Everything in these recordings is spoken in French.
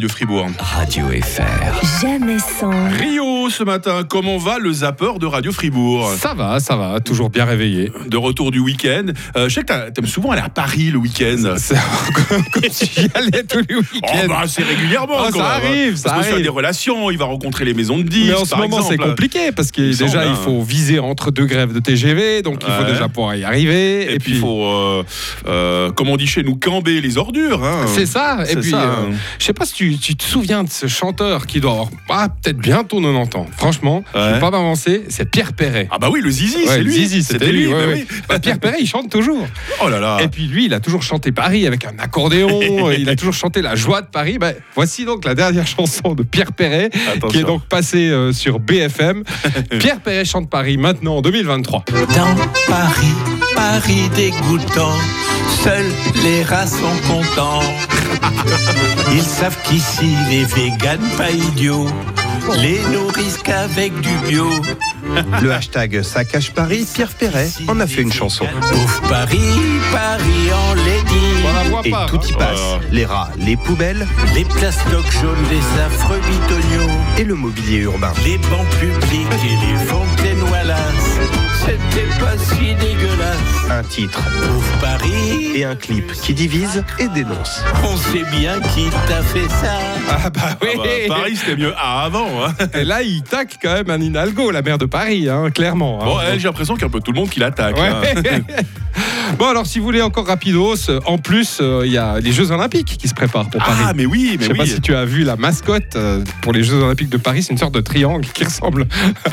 de Fribourg. Radio FR. Jamais sans. Rio ce matin, comment va le zapper de Radio Fribourg Ça va, ça va, toujours bien réveillé. De retour du week-end. Euh, je sais que t'a- t'aimes souvent aller à Paris le week-end. Ça- Comme comme tu y allais tous les Oh week-ends. bah c'est régulièrement Ah, quand ça même. arrive, ça Parce que monsieur a arrive. des relations, il va rencontrer les maisons de disques mais en ce par moment, c'est exemple. compliqué parce que Il me déjà, semble, il hein. faut viser entre deux grèves de TGV, donc il faut Ouais. déjà pouvoir y arriver. Et, puis il faut, euh, euh, comme on dit chez nous, camber les ordures. hein. C'est ça. Et C'est puis, ça, euh, hein. je sais pas si tu, tu te souviens de ce chanteur qui doit avoir ah, peut-être bientôt 90 ans. Franchement, je Ouais. vais pas m'avancer, c'est Pierre Perret. Ah bah oui, le Zizi, Ouais, c'est lui. Zizi, c'était lui. ouais, bah ouais. Bah, Pierre Perret, il chante toujours. oui. Oh là là. Et puis lui, il a toujours chanté Paris avec un accordéon, il a toujours chanté la joie de Paris. Ben, voici donc la dernière chanson de Pierre Perret, qui Attention. est donc passée euh, sur BFM. Pierre Perret chante Paris maintenant en 2023. Dans Paris, Paris dégoûtant, seuls les rats sont contents. Ils savent qu'ici les véganes pas idiots les nourrissent qu'avec du bio. Le hashtag Ça cache Paris, Pierre Perret en a fait une chanson. Pauvre Paris, Paris en lady. On la voit Et pas. tout hein. y passe. Les rats, les poubelles Les plastocs jaunes, les affreux bitoniaux, et le mobilier urbain. les bancs publics et les fontaines wallaces. C'était pas si dégueulasse. Un titre Pauvre Paris, et un clip qui divise et dénonce. on sait bien qui t'a fait ça. Ah bah oui. Ah bah, Paris, c'était mieux ah, avant. hein. Et là, il tacle quand même un Hidalgo, la maire de Paris, hein, clairement. hein. Ah, Bon, elle, j'ai l'impression qu'il y a un peu tout le monde qui l'attaque. Ouais. hein. bon alors si vous voulez encore rapidos, euh, en plus euh, il y a les Jeux Olympiques qui se préparent pour Paris. Ah mais oui, mais Je sais pas oui. si tu as vu la mascotte euh, pour les Jeux Olympiques de Paris, c'est une sorte de triangle qui ressemble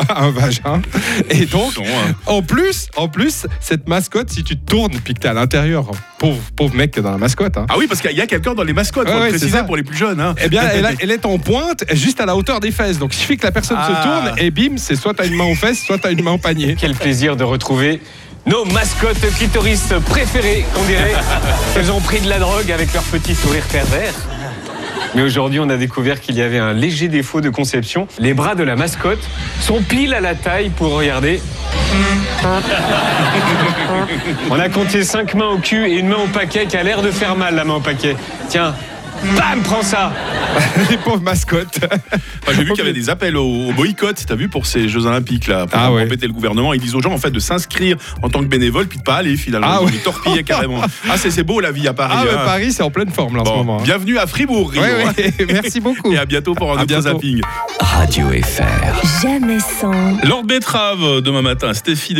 à un vagin. Et donc, Non, hein. en plus, en plus, cette mascotte, si tu te tournes puis que t'es à l'intérieur, pauvre, pauvre mec qui est dans la mascotte, hein, Ah oui, parce qu'il y a quelqu'un dans les mascottes, Ouais, faut le ouais, c'est préciser ça. pour les plus jeunes. hein. eh bien, elle, a- elle est en pointe, juste à la hauteur des fesses. Donc, il suffit que la personne Ah. se tourne et bim, c'est soit t'as une main aux fesses, soit t'as une main au panier. Quel plaisir de retrouver nos mascottes clitoristes préférées, on dirait. Elles ont pris de la drogue avec leur petit sourire pervers. Mais aujourd'hui, on a découvert qu'il y avait un léger défaut de conception. Les bras de la mascotte sont pile à la taille pour regarder. On a compté cinq mains au cul et une main au paquet qui a l'air de faire mal, la main au paquet. Tiens, bam, prends ça les pauvres mascottes. Enfin, j'ai vu qu'il y avait des appels au, au boycott, t'as vu, pour ces Jeux Olympiques, là, pour Ah ouais. embêter le gouvernement. Ils disent aux gens, en fait, de s'inscrire en tant que bénévole, puis de pas aller, finalement. Ah Ils ouais. les torpillaient carrément. Ah, c'est c'est beau, la vie à Paris. Ah, ouais, hein. Paris, c'est en pleine forme là, en Bon, ce moment. hein. bienvenue à Fribourg, Rio. hein. Ouais, ouais, merci beaucoup. Et à bientôt pour un À nouveau bientôt. zapping. Radio FR. Jamais sans. Lord Betrave, euh, demain matin, Stéphie